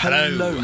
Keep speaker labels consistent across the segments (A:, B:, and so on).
A: Hello.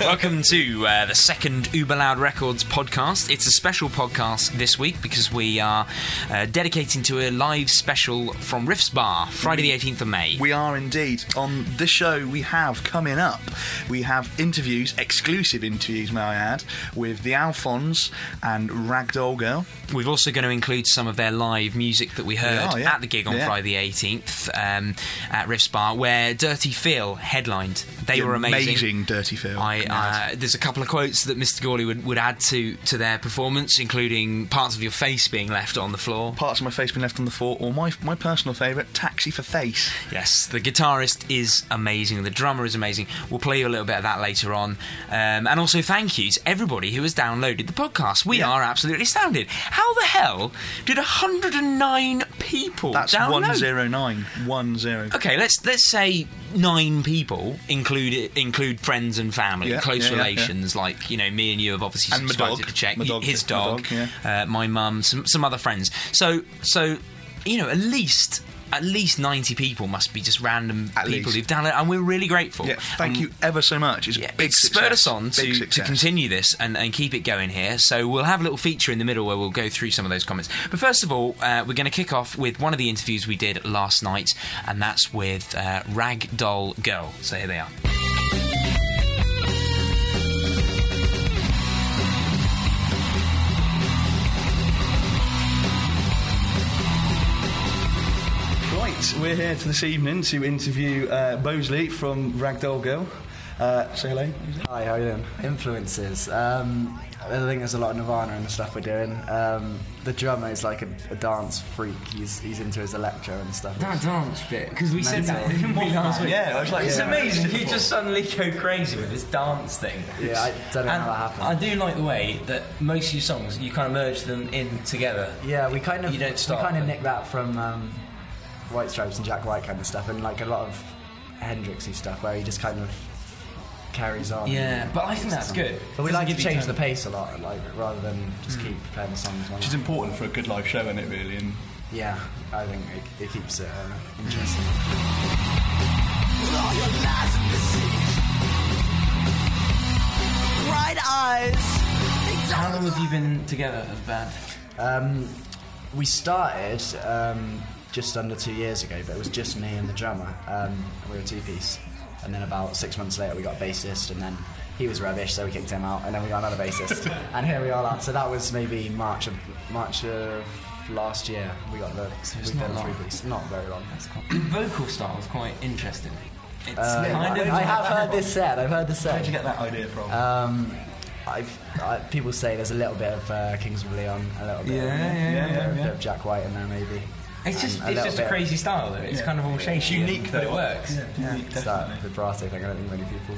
A: Welcome to uh, the second Uber Loud Records podcast. It's a special podcast this week because we are uh, dedicating to a live special from Riffs Bar, Friday the 18th of May.
B: We are indeed. On this show, we have coming up, we have interviews, exclusive interviews, may I add, with the Alphons and Ragdoll Girl.
A: We're also going to include some of their live music that we heard
B: are, yeah.
A: at the gig on
B: Yeah.
A: Friday the 18th um, at Riffs Bar, where Dirty Phil headlined. They
B: The
A: were
B: amazing Dirty Phil.
A: I, uh, there's a couple of quotes that Mr. Gawley would, would add to, to their performance, including parts of your face being left on the floor.
B: Parts of my face been left on the floor, or my my personal favourite, Taxi for Face.
A: Yes, the guitarist is amazing, the drummer is amazing. We'll play you a little bit of that later on. Um, and also, thank you to everybody who has downloaded the podcast. We
B: Yeah.
A: are absolutely astounded. How the hell did 109 people
B: That's
A: download?
B: one zero nine one zero.
A: Okay, let's let's say nine people include include friends and family,
B: Yeah,
A: close
B: yeah, yeah, yeah.
A: relations like you know me and you have obviously
B: And my
A: subscribed
B: dog.
A: to the check.
B: My dog,
A: his
B: my
A: dog,
B: dog,
A: uh, my mum, some some other friends. So so you know at least. At least ninety people must be just random
B: At
A: people
B: least.
A: who've done it, and we're really grateful.
B: Yeah, thank
A: Um,
B: you ever so much. It's a
A: yeah,
B: big
A: it spurred
B: success.
A: us on
B: Big
A: to, to
B: success.
A: continue this and, and keep it going here. So we'll have a little feature in the middle where we'll go through some of those comments. But first of all, uh, we're going to kick off with one of the interviews we did last night, and that's with uh, Ragdoll Girl. So here they are.
C: Right, we're here for this evening to interview uh, Mosley from Ragdoll Girl. Uh, say hello. Mosley.
D: Hi, how are you doing? Influences. Um, I think there's a lot of Nirvana in the stuff we're doing. Um, the drummer is like a, a dance freak. He's he's into his electro and stuff.
E: That dance bit, because we said that,
D: Mental.
E: didn't we, last week?
C: Yeah, I was like,
E: It's
C: yeah.
E: amazing, you just suddenly go crazy with this dance thing.
D: Yeah, I don't know
E: And
D: how that happened.
E: I do like the way that most of your songs, you kind of merge them in together.
D: yeah, we kind of
E: You don't stop,
D: we kind
E: but-
D: of nicked that from um, White Stripes and Jack White kind of stuff, and like a lot of Hendrixy stuff where he just kind of carries on.
E: Yeah, but I think that's good.
D: But we
E: Doesn't
D: like to
E: give you
D: change the
E: time- Hmm.
D: pace a lot, like rather than just keep playing the songs. one
C: Which is important for a good live show, isn't it, really? And
D: Yeah, I think it, it keeps it uh, interesting.
F: bright eyes.
E: How long have you been together as a band?
D: Um, we started um, just under two years ago, but it was just me and the drummer. Um, we were two piece, and then about six months later, we got a bassist, and then he was rubbish, so we kicked him out, and then we got another bassist, and here we all are. So that was maybe March of March of last year. We got the
E: it's
D: we
E: not
D: done
E: long.
D: three piece, not very long.
E: Your vocal style is quite interesting. It's
D: Uh,
E: kind of.
D: I have heard this said. I've heard this said.
C: where'd you get that idea from?
D: Um, I've, I, people say there's a little bit of uh, Kings of Leon, a little bit,
E: Yeah,
D: of,
E: yeah, yeah,
D: a
C: yeah,
D: bit
C: yeah.
D: of Jack White in there maybe.
E: It's just,
D: And
E: it's
D: little
E: just a
D: bit
E: crazy style, though. It's
C: Yeah.
E: kind of all shaky.
C: unique,
E: but
C: though.
E: it works.
C: Yeah, unique,
D: It's that
C: definitely.
D: vibrato thing. I don't think many people.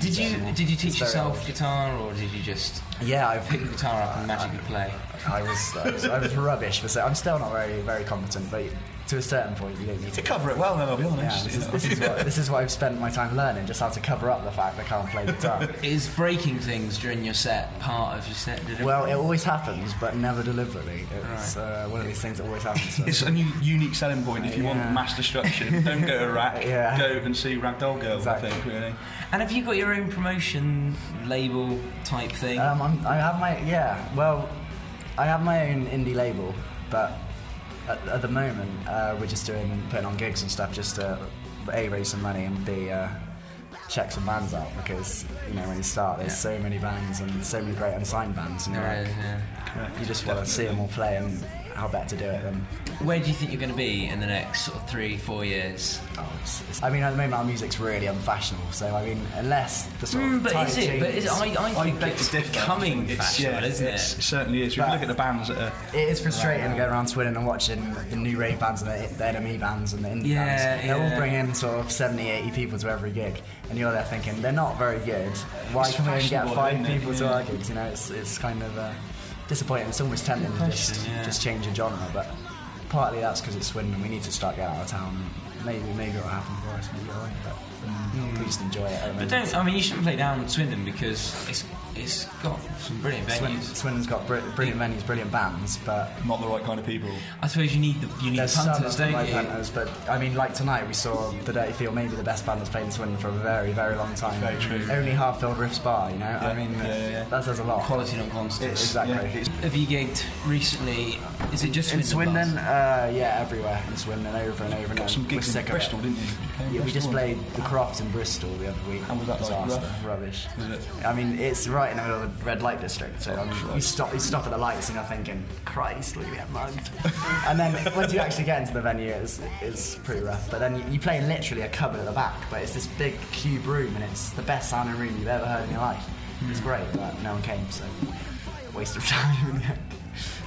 E: Did you did you teach
D: It's very
E: yourself
D: old.
E: guitar, or did you just
D: Yeah,
E: pick the
D: I've,
E: guitar up and magically play?
D: I was I was, I was rubbish for. so- I'm still not very very competent, but to a certain point, you don't need
C: to
D: to.
C: cover it well, then I'll be
D: Yeah,
C: honest.
D: this
C: you
D: is,
C: know.
D: this, is what, this is what I've spent my time learning, just how to cover up the fact I can't play guitar.
E: Is breaking things during your set part of your set delivery?
D: well, it always happens, but never deliberately. It's uh, one of these things that always happens. so-
C: It's a new, unique selling point. If you
D: Yeah.
C: want mass destruction, don't go to Iraq.
D: Yeah.
C: Go and see Ragdoll Girl.
D: Exactly.
C: I think really.
E: and have you got your own promotion label type thing?
D: Um, I'm, I have my yeah. Well, I have my own indie label, but at, at the moment uh, we're just doing putting on gigs and stuff just to a raise some money and b uh, check some bands out because you know when you start there's so many bands and so many great unsigned bands and you're
E: There
D: like
E: is, yeah.
D: you just want to see them all play and how better to do it than.
E: Where do you think you're going to be in the next sort of three, four years?
D: Oh, it's, it's, I mean, at the moment our music's really unfashionable, so I mean, unless the sort
E: Mm,
D: of
E: but
D: tide
E: is it? But is it?
D: changes-
E: I, I think
C: beg
E: it's
C: to differ.
E: becoming
C: It's-
E: fashionable,
C: yeah,
E: isn't
C: it's-
E: it?
C: certainly is. If you
D: But-
C: look at the bands that are
D: It is frustrating going around Twitter and watching the new rave bands and the, the enemy bands and the indie
E: Yeah,
D: bands. They're
E: yeah.
D: all bringing sort of 70, 80 people to every gig, and you're there thinking they're not very good. Why
C: It's
D: can we only get
C: fashionable,
D: five
C: isn't it?
D: people to
C: Yeah.
D: our gigs? You know, it's, it's kind of uh, disappointing. It's almost tempting to just,
E: question, yeah.
D: just change a genre, but partly that's because it's when we need to start getting out of town. and maybe maybe it'll happen for us, maybe it won't. But we just enjoy it.
E: Hmm. But don't, I mean, you shouldn't play down Swindon because it's it's got some brilliant
D: Swin-
E: venues.
D: Swindon's got br- brilliant venues, brilliant bands, but
C: Not the right kind of people.
E: I suppose you need the you need
D: there's
E: punters,
D: some
E: don't
D: right
E: you?
D: punters. But I mean, like tonight, we saw the Dirty Field, maybe the best band that's played in Swindon for a very, very long time.
C: Very true.
D: Only half-filled riffs bar, you know. I mean,
C: yeah, yeah, yeah.
D: that says a lot.
E: Quality not constant.
C: It's-
D: Exactly.
C: yeah, it's-
E: Have you gigged recently? Is it just
D: In
E: Swindon?
D: Swindon, uh, yeah, everywhere. In Swindon, over and over. and
C: some
D: we're
C: gigs in
D: sick of it.
C: Bristol, didn't you? Did you play in
D: Yeah, we just
C: Bristol?
D: played the Croft in Bristol the other week.
C: And was that, like,
D: Disaster.
C: rough?
D: Rubbish.
C: Was it?
D: I mean, it's right in the middle of the red light district, so I mean, you stop, you stop at the lights and you're thinking, Christ, we're gonna get mugged. and then once you actually get into the venue, it's, it's pretty rough. But then you, you play in literally a cupboard at the back, but it's this big cube room, and it's the best sounding room you've ever heard in your life. It's
C: Hmm.
D: great, but no one came, so waste of time. in the end.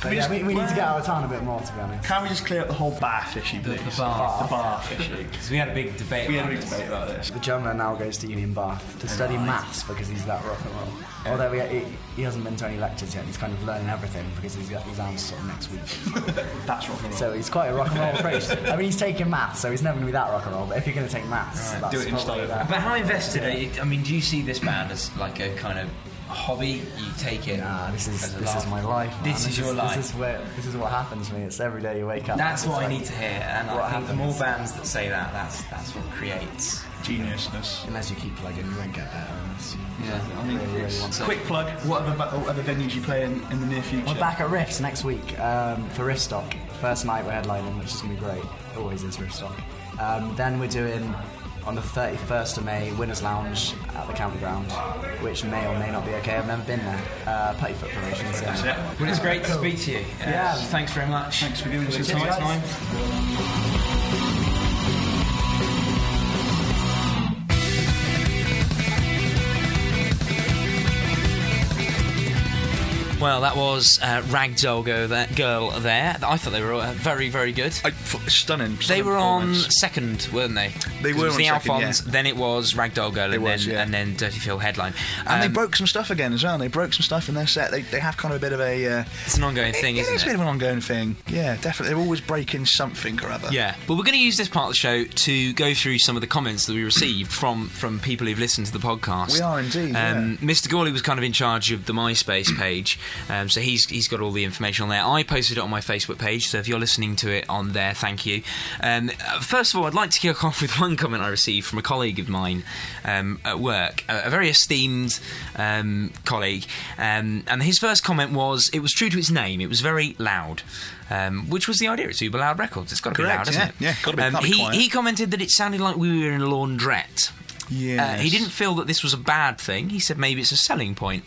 D: But yeah, we, we need to get out of town a bit more, to be honest.
C: Can we just clear up the whole bath issue,
E: The,
C: please?
E: the bar.
C: The bath issue.
E: Because we had a big debate.
C: We had
E: about
C: a big
E: this.
C: debate about this.
D: The drummer now goes to Union Bath to study maths because he's that rock and roll. Although he, he, he hasn't been to any lectures yet, he's kind of learning everything because he's got exams sort of next week.
C: That's rock and roll.
D: so he's quite a rock and roll approach. I mean, he's taking maths, so he's never going to be that rock and roll. But if you're going to take maths, that's
C: do it
D: probably
C: instead of-
D: that.
E: But how invested are you? I mean, do you see this band as like a kind of hobby? You take it.
D: Nah, this is
E: as a
D: this is
E: laugh.
D: my life. man.
E: This is your life.
D: This is where this is what happens to me. It's every day you wake up.
E: That's
D: it's
E: what I
D: like-
E: need to hear, and I
D: what
E: think the
D: happens.
E: more bands that say that, that's that's what creates.
C: Geniusness.
D: Unless you keep plugging, you won't get better. Unless you
E: Yeah.
C: I mean,
D: really, really want to.
C: quick plug. What other, ba- what other venues you play in in the near future?
D: We're back at Riffs next week um, for Riffstock. First night we're headlining, which is going to be great. Always is Riffstock. Um, then we're doing on the 31st of May Winners Lounge at the Campground, which may or may not be okay. I've never been there. Uh, Puttyfoot Promotions. Yeah.
E: Well, it's great to speak to you. Uh,
D: Yeah.
E: Thanks very much.
C: Thanks for giving us your
E: your
C: time.
E: time.
A: Well, that was uh, Ragdoll Go that girl there. I thought they were uh, very, very good.
B: I, f- stunning.
A: They
B: stunning
A: were on
B: performance.
A: second, weren't they? 'Cause
B: They
A: it
B: were
A: was
B: on
A: the
B: second,
A: Alphons,
B: yeah.
A: then it was Ragdoll Girl, and
B: was,
A: then
B: yeah.
A: and then Dirty Phil headline.
B: And
A: Um,
B: they broke some stuff again as well. They broke some stuff in their set. They, they have kind of a bit of a uh,
A: It's an ongoing thing,
B: it,
A: isn't
B: It's a
A: it?
B: bit of an ongoing thing. Yeah, definitely. They're always breaking something or other.
A: Yeah, but we're going to use this part of the show to go through some of the comments that we received from from people who've listened to the podcast. Um,
B: We are indeed,
A: Mr. Gawley was kind of in charge of the MySpace page, um, so he's he's got all the information on there. I posted it on my Facebook page, so if you're listening to it on there, thank you. Um, uh, first of all, I'd like to kick off with one comment I received from a colleague of mine um, at work, a, a very esteemed um, colleague, um, and his first comment was, "It was true to its name. It was very loud." Um, which was the idea? It's Uber Loud Records. It's got to be
B: Correct,
A: loud, isn't
B: yeah.
A: it? Um,
B: Yeah, gotta be- can't be
A: he,
B: quiet.
A: he commented that it sounded like we were in a laundrette. Uh,
B: Yes.
A: he didn't feel that this was a bad thing. He said maybe it's a selling point.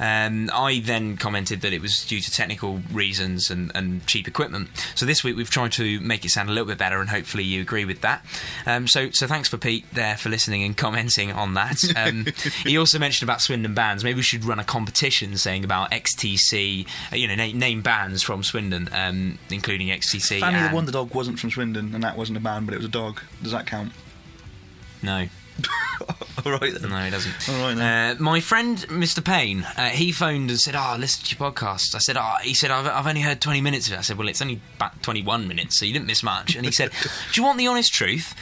A: Um, I then commented that it was due to technical reasons and, and cheap equipment. So this week we've tried to make it sound a little bit better, and hopefully you agree with that. Um, so, so thanks for Pete there for listening and commenting on that. Um, he also mentioned about Swindon bands. Maybe we should run a competition saying about XTC, uh, you know, name, name bands from Swindon, um, including XTC.
B: Fanny
A: and
B: the Wonder Dog wasn't from Swindon, and that wasn't a band, but it was a dog. Does that count?
A: No.
B: All right then.
A: No, he doesn't.
B: All right,
A: Uh, my friend, Mr. Payne, uh, he phoned and said, "Oh, I listened to your podcast." I said, "Oh," he said, "I've, I've only heard twenty minutes of it." I said, "Well, it's only about twenty-one minutes, so you didn't miss much." And he said, "Do you want the honest truth?"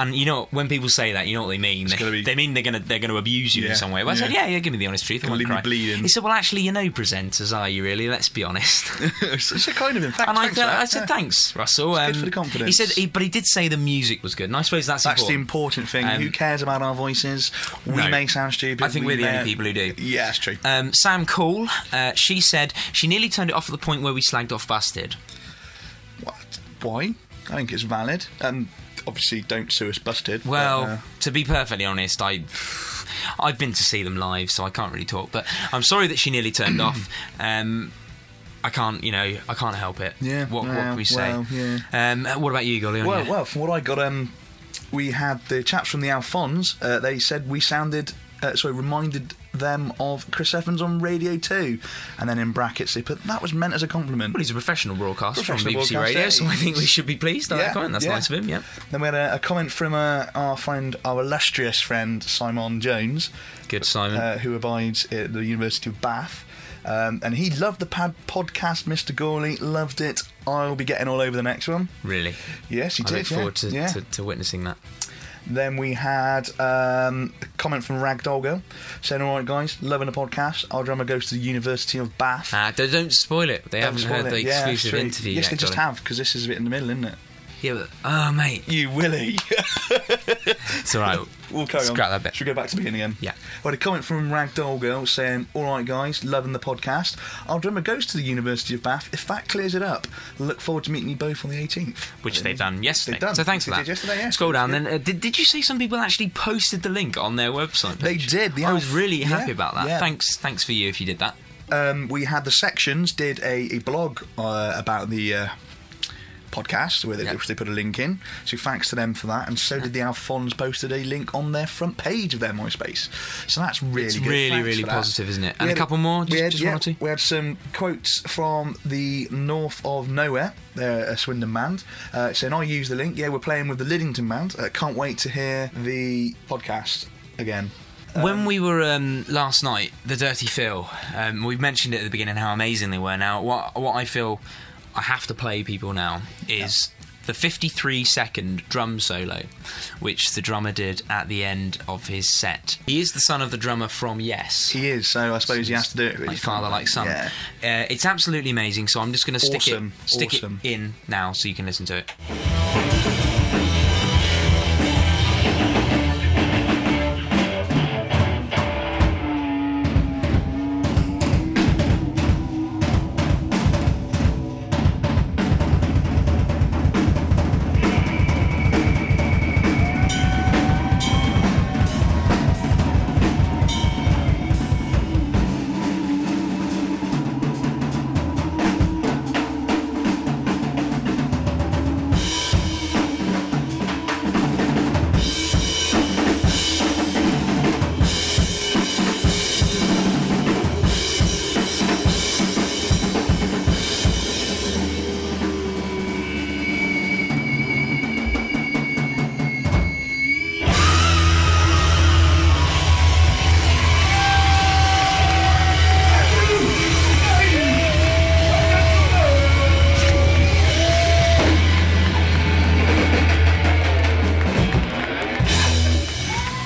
A: And you know when people say that, you know what they mean.
B: gonna be-
A: They mean they're gonna they're gonna abuse you
B: Yeah,
A: in some way. Well, I said,
B: yeah.
A: yeah, yeah, give me the honest truth. I
B: Gonna
A: won't
B: leave me
A: cry."
B: bleeding.
A: He said, well, actually, you're no presenters, are you? Really? Let's be honest.
B: it's, it's a kind of in fact.
A: And I,
B: thanks for
A: th-
B: that.
A: I said,
B: Yeah.
A: thanks, Russell. Um,
B: It's good for the confidence.
A: He said, he, but he did say the music was good, and I suppose that's
B: That's the
A: important.
B: important thing.
A: Um,
B: Who cares about our voices? We
A: No.
B: may sound stupid.
A: I think
B: we
A: we're the
B: may-
A: only people who do.
B: Yeah, that's true.
A: Um, Sam Cole, uh, she said she nearly turned it off at the point where we slagged off Busted.
B: what? Why? I think it's valid. Um, obviously, don't sue us, busted. but,
A: Well,
B: uh,
A: to be perfectly honest, I I've been to see them live, so I can't really talk. But I'm sorry that she nearly turned off. Um, I can't, you know, I can't help it.
B: Yeah,
A: What, what
B: yeah,
A: can we say?
B: well, yeah.
A: Um, what about you, Golly?
B: Well, well, from what I got, um, we had the chaps from the Alphons. Uh, they said we sounded, uh, sorry, reminded them of Chris Evans on Radio Two, and then in brackets they put that was meant as a compliment.
A: he's a professional broadcaster
B: Professional
A: from BBC
B: broadcaster,
A: Radio, so I think we
B: he's-
A: should be pleased. Yeah, that comment. That's
B: yeah.
A: nice of him. Yeah,
B: Then we had a, a comment from uh, our friend, our illustrious friend Simon Jones,
A: good Simon.
B: uh, who abides at the University of Bath. Um, and he loved the pad podcast, Mr. Gawley, loved it. I'll be getting all over the next one.
A: Really?
B: Yes, you
A: I
B: did.
A: look forward
B: yeah.
A: to,
B: yeah.
A: to, to witnessing that.
B: Then we had um, a comment from Ragdolgo saying, "All right, guys, loving the podcast. Our drummer goes to the University of Bath."
A: Ah, don't, don't spoil it. They
B: Don't
A: haven't
B: spoil
A: heard the
B: it. Yeah, that's
A: exclusive
B: true.
A: interview
B: Yes,
A: yet.
B: they just
A: Johnny.
B: have because this is a bit in the middle, isn't it?
A: Yeah, but, oh, mate.
B: You Willie.
A: It's all right.
B: We'll carry on.
A: Scrap that bit.
B: Should we go back to the beginning again?
A: Yeah.
B: I had a comment from Ragdoll Girl saying, All right, guys, loving the podcast. Our drummer goes to the University of Bath. If that clears it up, look forward to meeting you both on the 18th.
A: Which
B: Uh,
A: they've done yesterday.
B: They've done.
A: So thanks
B: They
A: for that.
B: did yesterday, yeah.
A: Scroll
B: That's
A: down.
B: good.
A: Then uh, did, did you see some people actually posted the link on their website?
B: They
A: page?
B: did, the
A: I was
B: Alf-
A: really happy
B: yeah,
A: about that.
B: yeah.
A: Thanks, thanks for you if you did that.
B: Um, we had the sections, did a, a blog uh, about the. Uh, Podcast where they,
A: Yeah.
B: which they put a link in, so thanks to them for that. And so did the Alphonse posted a link on their front page of their MySpace, so that's really
A: It's
B: good.
A: really,
B: Thanks
A: really
B: for that.
A: positive, isn't it?
B: We
A: And a
B: had-
A: couple more, just-
B: we had,
A: just
B: yeah,
A: one or two?
B: We had some quotes from the North of Nowhere, they're a Swindon band, uh, saying, I use the link. Yeah, we're playing with the Liddington band. Uh, can't wait to hear the podcast again.
A: when we were um, last night, the Dirty Phil, um, we mentioned it at the beginning how amazing they were. Now, what what I feel I have to play people now is the 53 second drum solo, which the drummer did at the end of his set. He is the son of the drummer from Yes.
B: He is, so I suppose he has to do it. really.
A: Like father, like son.
B: Yeah.
A: Uh, it's absolutely amazing. So I'm just going to stick
B: Awesome,
A: it, stick
B: awesome.
A: it in now, so you can listen to it.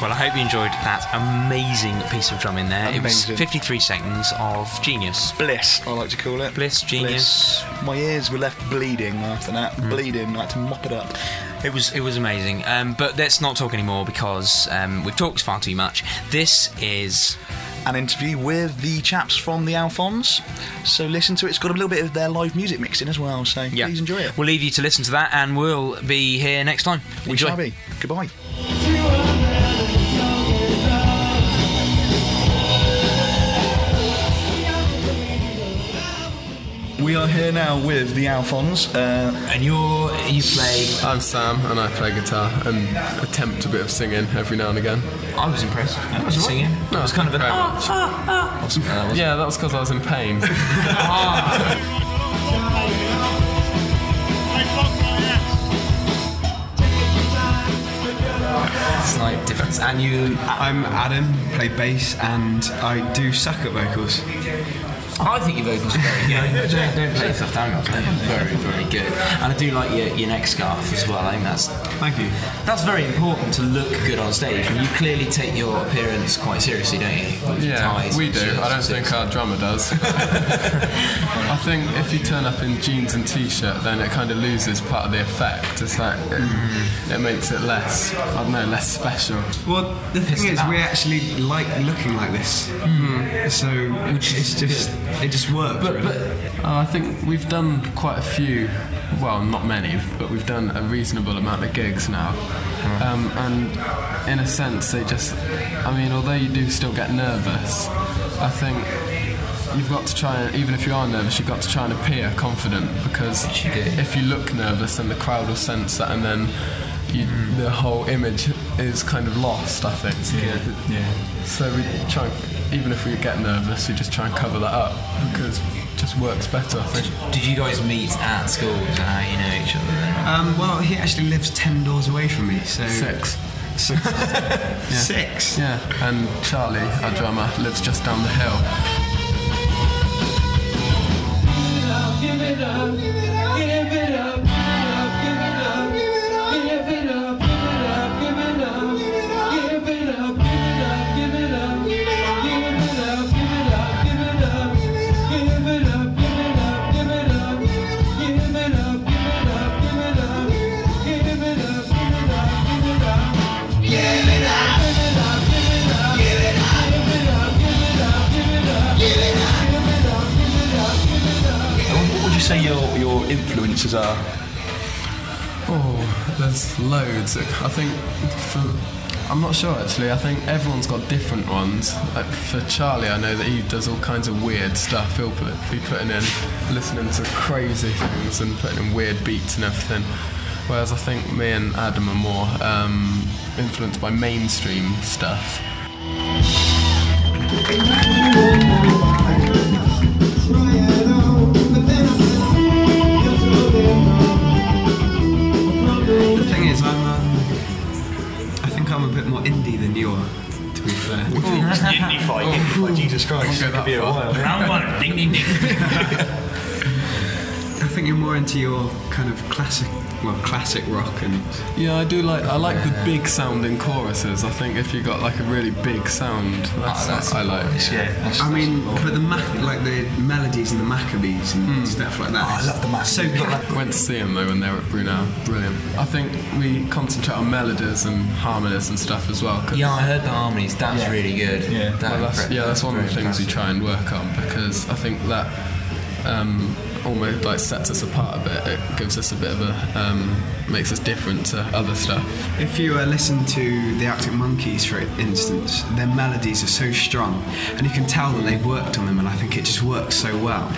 A: Well, I hope you enjoyed that amazing piece of drumming there. It
B: Amazing.
A: was 53 seconds of genius.
B: Bliss, I like to call it.
A: Bliss, genius. Mm.
B: Bliss. My ears were left bleeding after that. Bleeding, I had to mop it up.
A: It was it was amazing. Um, but let's not talk anymore because um, we've talked far too much. This is
B: An interview with the chaps from the Alphonse, so listen to it. It's got a little bit of their live music mixed in as well, so
A: yeah.
B: please enjoy it.
A: We'll leave you to listen to that, and we'll be here next time.
B: we
A: Enjoy.
B: shall be. Goodbye. We are here now with the Alphonse. Uh,
E: And you're you play.
F: I'm Sam, and I play guitar and attempt a bit of singing every now and again.
E: I was impressed. I was singing. No, it was kind of an.
F: Very
E: Ah,
F: much.
E: ah, ah, or something like that, wasn't it?
F: Yeah, that was because I was in pain.
E: Slight difference. And you,
G: I'm Adam, play bass, and I do suck at vocals.
E: I think your vocals are very good. don't, don't play yourself down. I think Very, very good. And I do like your, your neck scarf as well. I think that's
G: Thank you.
E: that's very important to look good on stage. And you clearly take your appearance quite seriously, don't you? With your
F: Yeah,
E: ties
F: we
E: and
F: do.
E: shirts
F: I don't
E: and
F: think
E: things.
F: our drummer does. I think if you turn up in jeans and t-shirt, then it kind of loses part of the effect. It's like it, it makes it less, I don't know, less special.
G: Well, the thing is, we actually like looking like this, so it's just it just works.
F: But, but uh, I think we've done quite a few, well, not many, but we've done a reasonable amount of gigs now. Um, and in a sense, they just, I mean, although you do still get nervous, I think you've got to try and, even if you are nervous, you've got to try and appear confident because if you look nervous, then the crowd will sense that and then. You, The whole image is kind of lost, I think.
G: yeah, yeah.
F: So we try, and, even if we get nervous, we just try and cover that up because it just works better. I think.
E: Did you guys meet at school? Is that how you know each other? Then?
G: Um, well, he actually lives ten doors away from me, so
F: Six.
G: So, Six.
F: Yeah, and Charlie, our drummer, lives just down the hill.
H: Give it up, give it up, give it up.
C: influences are?
F: Oh, there's loads. I think for, I'm not sure actually. I think everyone's got different ones. Like for Charlie, I know that he does all kinds of weird stuff. He'll put, be putting in, listening to crazy things and putting in weird beats and everything. Whereas I think me and Adam are more um, influenced by mainstream stuff.
G: The thing is, I'm. Um, I think I'm a bit more indie than you are. To be fair.
C: Unified,
G: Oh.
C: unified, Jesus Christ.
F: Won't go
C: Could
F: that
C: be a
F: far.
C: while.
E: Round one, ding ding ding.
G: I think you're more into your kind of classic, well, classic rock and
F: Yeah, I do like I like the big sounding choruses. I think if you got like a really big sound,
G: Ah,
F: that's, what I like.
G: I mean, but the Mac- like the melodies and the Maccabees and stuff like that. Hmm. Oh, I love the Maccabees. So ca-
F: Went to see them though when they were at Brunel. Brilliant. I think we concentrate on melodies and harmonies and stuff as well. 'cause-
E: Yeah, I heard the harmonies. That's really good. Yeah,
F: well, that's, yeah, that's one of the things we try and work on because I think that um, almost like sets us apart a bit. It gives us a bit of a um, makes us different to other stuff.
G: if you uh, listen to the Arctic Monkeys, for instance, their melodies are so strong, and you can tell that they've worked on them, and I think it just works so well.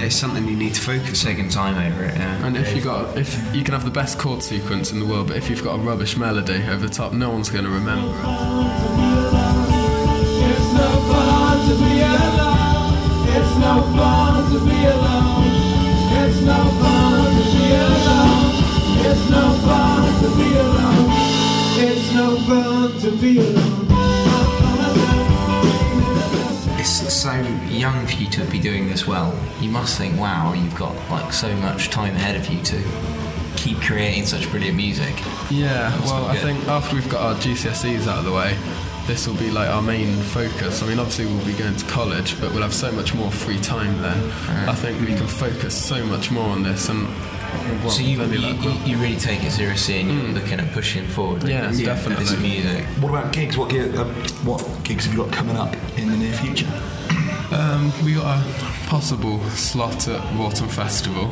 G: It's something you need to focus on.
E: Hmm. Taking time over it. Yeah.
F: And if you got if you can have the best chord sequence in the world, but if you've got a rubbish melody over the top, no one's going to remember. it.
E: It's so young for you to be doing this well. You must think, wow, you've got like so much time ahead of you to keep creating such brilliant music.
F: Yeah, well, I
E: good.
F: think after we've got our GCSEs out of the way, this will be like our main focus. I mean, obviously we'll be going to college, but we'll have so much more free time then. I think we can focus so much more on this, and well,
E: so you,
F: there'll be
E: you,
F: like-
E: you, you really take it seriously and you're looking at pushing forward. with
F: Yeah,
E: this,
F: definitely.
E: This music.
C: What about gigs? What, gi- uh, what gigs have you got coming up in the near future?
F: Um, we got a possible slot at Wharton Festival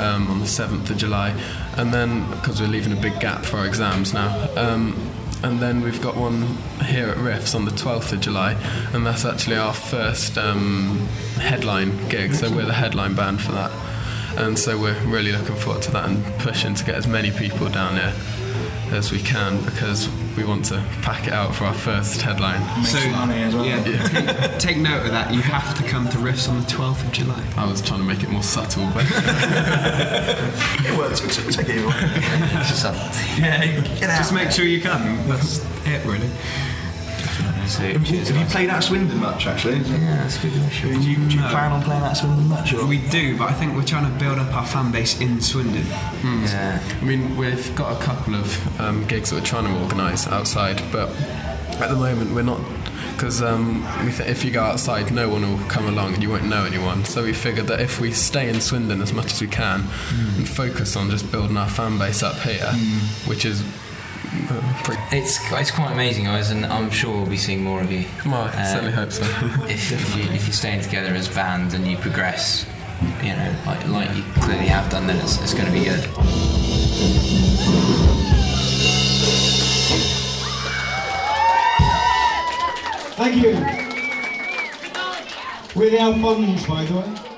F: um, on the 7th of July, and then because we're leaving a big gap for our exams now. Um, and then we've got one here at Riffs on the 12th of July, and that's actually our first um, headline gig, so we're the headline band for that. And so we're really looking forward to that and pushing to get as many people down here as we can because we want to pack it out for our first headline.
G: So, yeah, Take, take note of that. You have to come to Riffs on the 12th of July.
F: I was trying to make it more subtle, but.
C: It works. It's, it's a gig.
E: Subtlety.
C: Yeah, get out.
G: Just make sure you come. That's it, really.
C: Have you- have you played at Swindon much, actually?
E: Yeah, that's a good
C: Do
E: question.
C: you, do you
G: No.
C: plan on playing at Swindon much? Or?
G: We do, but I think we're trying to build up our fan base in Swindon.
E: Yeah.
F: I mean, we've got a couple of um, gigs that we're trying to organise outside, but at the moment we're not. Because um, we th- if you go outside, no one will come along and you won't know anyone. So we figured that if we stay in Swindon as much as we can and focus on just building our fan base up here, which is uh, pretty.
E: It's it's quite amazing, guys, and I'm sure we'll be seeing more of you.
F: Well, I
E: Uh,
F: certainly hope so.
E: if, if, you, if you're staying together as bands and you progress, you know, like, like you clearly have done, then it's, it's going to be good.
H: Thank you. We're now mums, by the way.